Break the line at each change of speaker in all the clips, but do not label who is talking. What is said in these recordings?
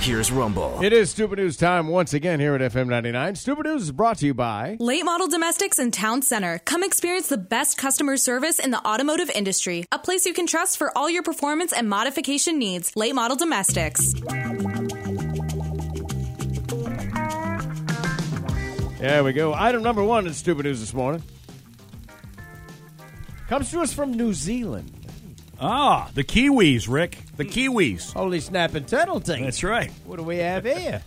Here's Rumble.
It is Stupid News time once again here at FM 99. Stupid News is brought to you by
Late Model Domestics and Town Center. Come experience the best customer service in the automotive industry. A place you can trust for all your performance and modification needs. Late Model Domestics.
There we go. Item number one in Stupid News this morning comes to us from New Zealand.
Ah, the Kiwis, Rick. The Kiwis.
Holy snap and turtle
That's right.
What do we have here?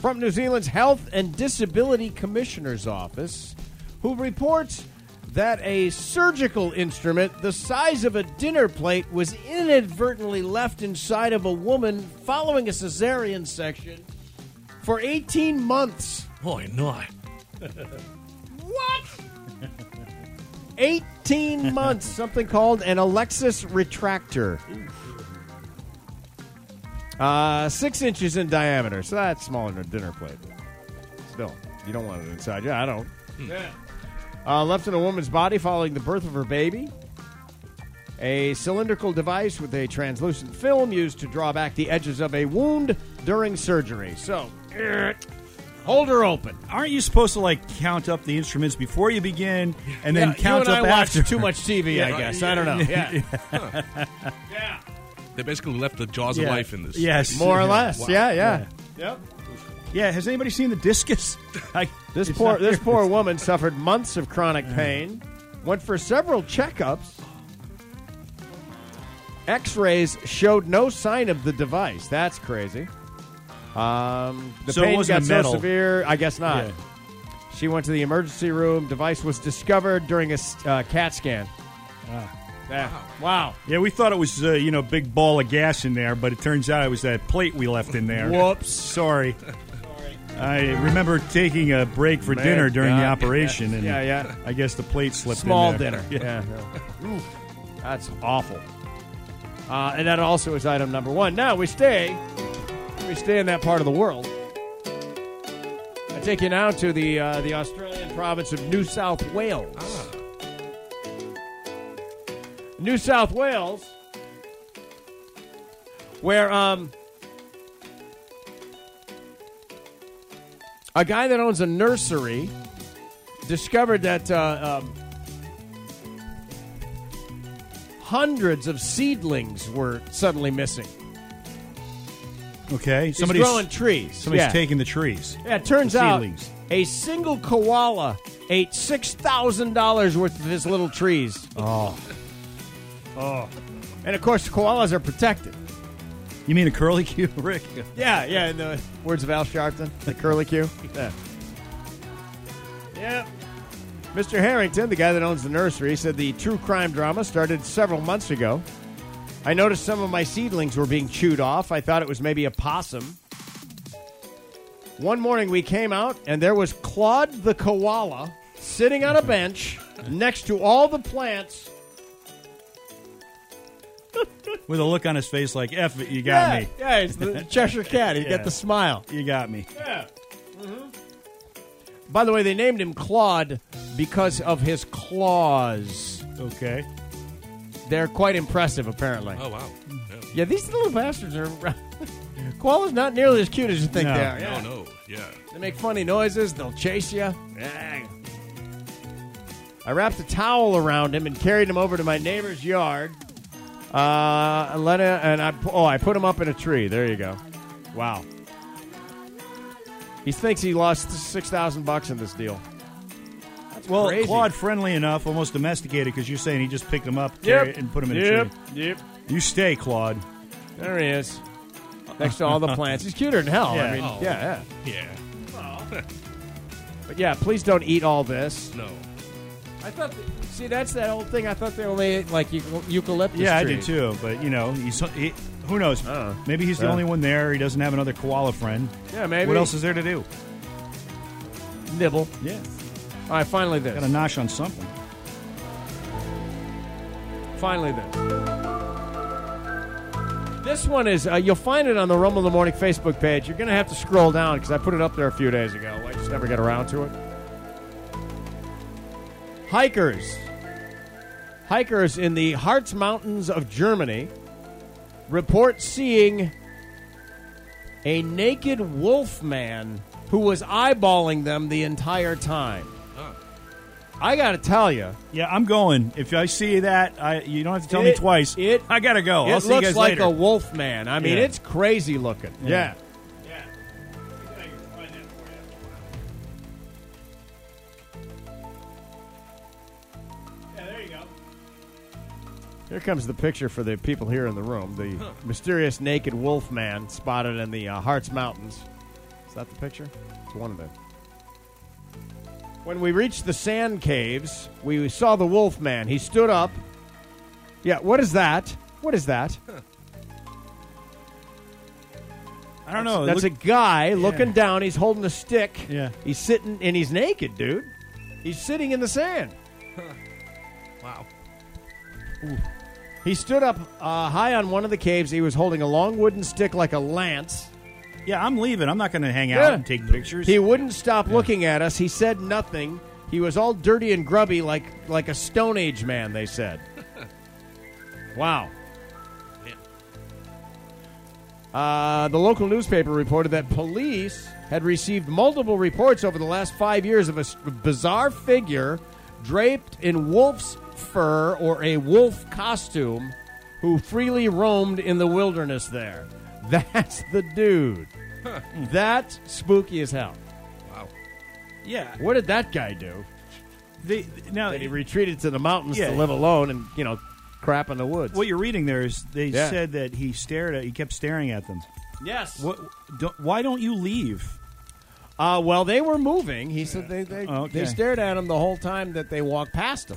From New Zealand's Health and Disability Commissioner's Office, who reports that a surgical instrument the size of a dinner plate was inadvertently left inside of a woman following a cesarean section for 18 months.
Boy, no.
18 months, something called an Alexis retractor. Uh, six inches in diameter, so that's smaller than a dinner plate. Still, you don't want it inside. Yeah, I don't. Uh, left in a woman's body following the birth of her baby. A cylindrical device with a translucent film used to draw back the edges of a wound during surgery. So, er, hold her open.
Aren't you supposed to like count up the instruments before you begin and then
Yeah,
count
Uh, you and
up
I watch
after?
too much TV, I guess. I don't know. Yeah.
They basically left the jaws
Yeah.
of life in this.
Yes.
More or
Yeah.
less. Yeah, yeah.
Yeah, has anybody seen the discus? I,
This
it's
poor
not
this
here.
poor woman suffered months of chronic pain, went for several checkups. X-rays showed no sign of the device. That's crazy. Um, the
So it
pain
wasn't
got
a
so
metal.
severe. I guess not.
Yeah.
She went to the emergency room. Device was discovered during a s- uh, CAT scan.
Ah.
Yeah. Wow.
Yeah, we thought it was uh, you know big ball of gas in there, but it turns out it was that plate we left in there.
Whoops.
Sorry. I remember taking a break for dinner during the
God.
operation, and
Yeah, yeah.
I guess the plate slipped.
Small
in there.
dinner.
Yeah.
Yeah. Oof. That's awful. Uh, and that also is item number one. Now we stay, we stay in that part of the world. I take you now to the uh, the Australian province of New South Wales.
Ah.
New South Wales, where um, a guy that owns a nursery discovered that uh, um, hundreds of seedlings were suddenly missing.
Okay.
Somebody's growing trees.
somebody's
yeah.
taking the trees.
Yeah, it turns
the
out
seedlings.
a single koala ate six thousand dollars worth of his little trees. Oh, oh, and of course koalas are protected.
You mean a curly cue, Rick?
Yeah, yeah. In the words of Al Sharpton, the curlicue. Yeah. Yep. Mr. Harrington, the guy that owns the nursery, said the true crime drama started several months ago. I noticed some of my seedlings were being chewed off. I thought it was maybe a possum. One morning we came out and there was Claude the koala sitting on a bench next to all the plants.
With a look on his face like "F it, you got
Yeah,
me."
yeah, it's the Cheshire Cat. He
Yeah.
got the smile.
You got me.
By the way, they named him Claude because of his claws.
Okay.
They're quite impressive, apparently.
Oh wow. Yeah.
Yeah, these little bastards are. Koalas not nearly as cute as you think
No.
they are. Yeah.
No, no. Yeah.
They make funny noises. They'll chase you. I wrapped a towel around him and carried him over to my neighbor's yard. Uh, and let it, and I pu- oh I put him up in a tree. There you go. Wow. He thinks he lost six thousand bucks in this deal.
Well,
crazy.
Claude, friendly enough, almost domesticated, because you're saying he just picked him up,
Yep.
carried it, and put him in a
Yep.
tree.
Yep.
You stay, Claude.
There he is. Next to all the plants. He's cuter than hell. I
Yeah.
mean,
Oh.
yeah, yeah.
Yeah.
But yeah, please don't eat all this.
No.
I thought, see, that's that old thing. I thought they only ate like eucalyptus.
Yeah, I did too. But you know, he's he, who knows?
Uh-uh.
Maybe he's the
Yeah.
only one there. He doesn't have another koala friend.
Yeah, maybe.
What else is there to do?
Nibble.
Yeah,
All right, finally
got to
this.
nosh on something.
Finally, this. This one is, uh, you'll find it on the Rumble in the Morning Facebook page. You're going to have to scroll down because I put it up there a few days ago. I just never get around to it. Hikers. Hikers in the Harz Mountains of Germany report seeing a naked wolf man who was eyeballing them the entire time. I got to tell you,
Yeah, I'm going. If I see that, I you don't have to tell me
It-
twice.
it-
I gotta go.
it
Oh, I'll see you
looks
guys
like
later.
a wolf man. I mean,
Yeah.
it's crazy looking.
Yeah.
Yeah. there you go. Here comes the picture for the people here in the room. The mysterious naked wolf man spotted in the uh, Harz Mountains. Is that the picture? It's one of them. When we reached the sand caves, we saw the wolf man. He stood up. Yeah, what is that? What is that?
I don't know. It
That's
Oh, look-
a guy looking down. He's holding a stick.
Yeah.
He's sitting and he's naked, dude. He's sitting in the sand.
Wow.
He stood up uh, high on one of the caves. He was holding a long wooden stick like a lance.
yeah, I'm leaving. I'm not going to hang out
Yeah.
and take pictures.
He wouldn't stop looking at us. He said nothing. He was all dirty and grubby, like like a Stone Age man. They said. wow. Uh, the local newspaper reported that police had received multiple reports over the last five years of a s- bizarre figure draped in wolf's fur or a wolf costume who freely roamed in the wilderness there. That's the dude. That's spooky as hell.
yeah.
What did that guy do?
They, now,
That he retreated to the mountains
Uh, Yeah.
to live alone and, you know, crap in the woods.
what you're reading there is they
Yeah.
said that he stared at. He kept staring at them.
yes.
What? Don't, why don't you leave?
Uh, well, they were moving. He said they, they,
Oh, okay.
they stared at him the whole time that they walked past him.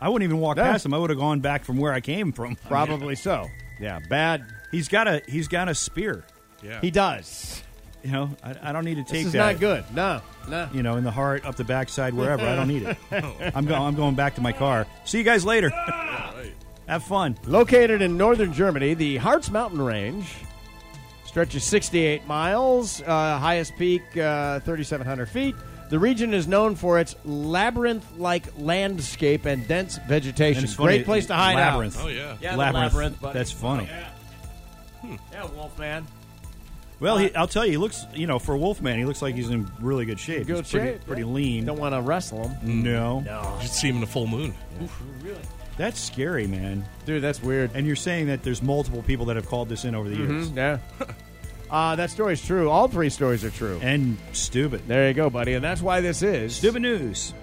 I wouldn't even walk
Yeah.
past him. I would have gone back from where I came from.
Probably so. Yeah, bad.
He's got a he's got a spear.
Yeah.
He does.
You know, I, I don't need to take
this is
that.
not good. No, no.
You know, in the heart, up the backside, wherever. I don't need it. I'm going. I'm going back to my car. See you guys later. Have fun.
Located in northern Germany, the Harz Mountain Range stretches 68 miles, uh, highest peak uh, 3,700 feet. The region is known for its labyrinth-like landscape and dense vegetation.
And it's funny,
Great place to hide out.
labyrinth.
Oh, yeah. Hmm.
Yeah, the
labyrinth.
labyrinth, buddy.
That's funny.
Yeah, Wolfman. Uh,
Well, he, I'll tell you, he looks. You know, for Wolfman, he looks like he's in really good shape.
Good
he's pretty,
shape,
pretty
yeah.
lean.
Don't want Mm. to wrestle him.
no.
You should see him in the full moon.
that's scary, man.
Dude, that's weird.
And you're saying that there's multiple people that have called this in over the years,
Yeah. uh, that story's true. All three stories are true.
and stupid,
There you go, buddy. And that's why this is
stupid news.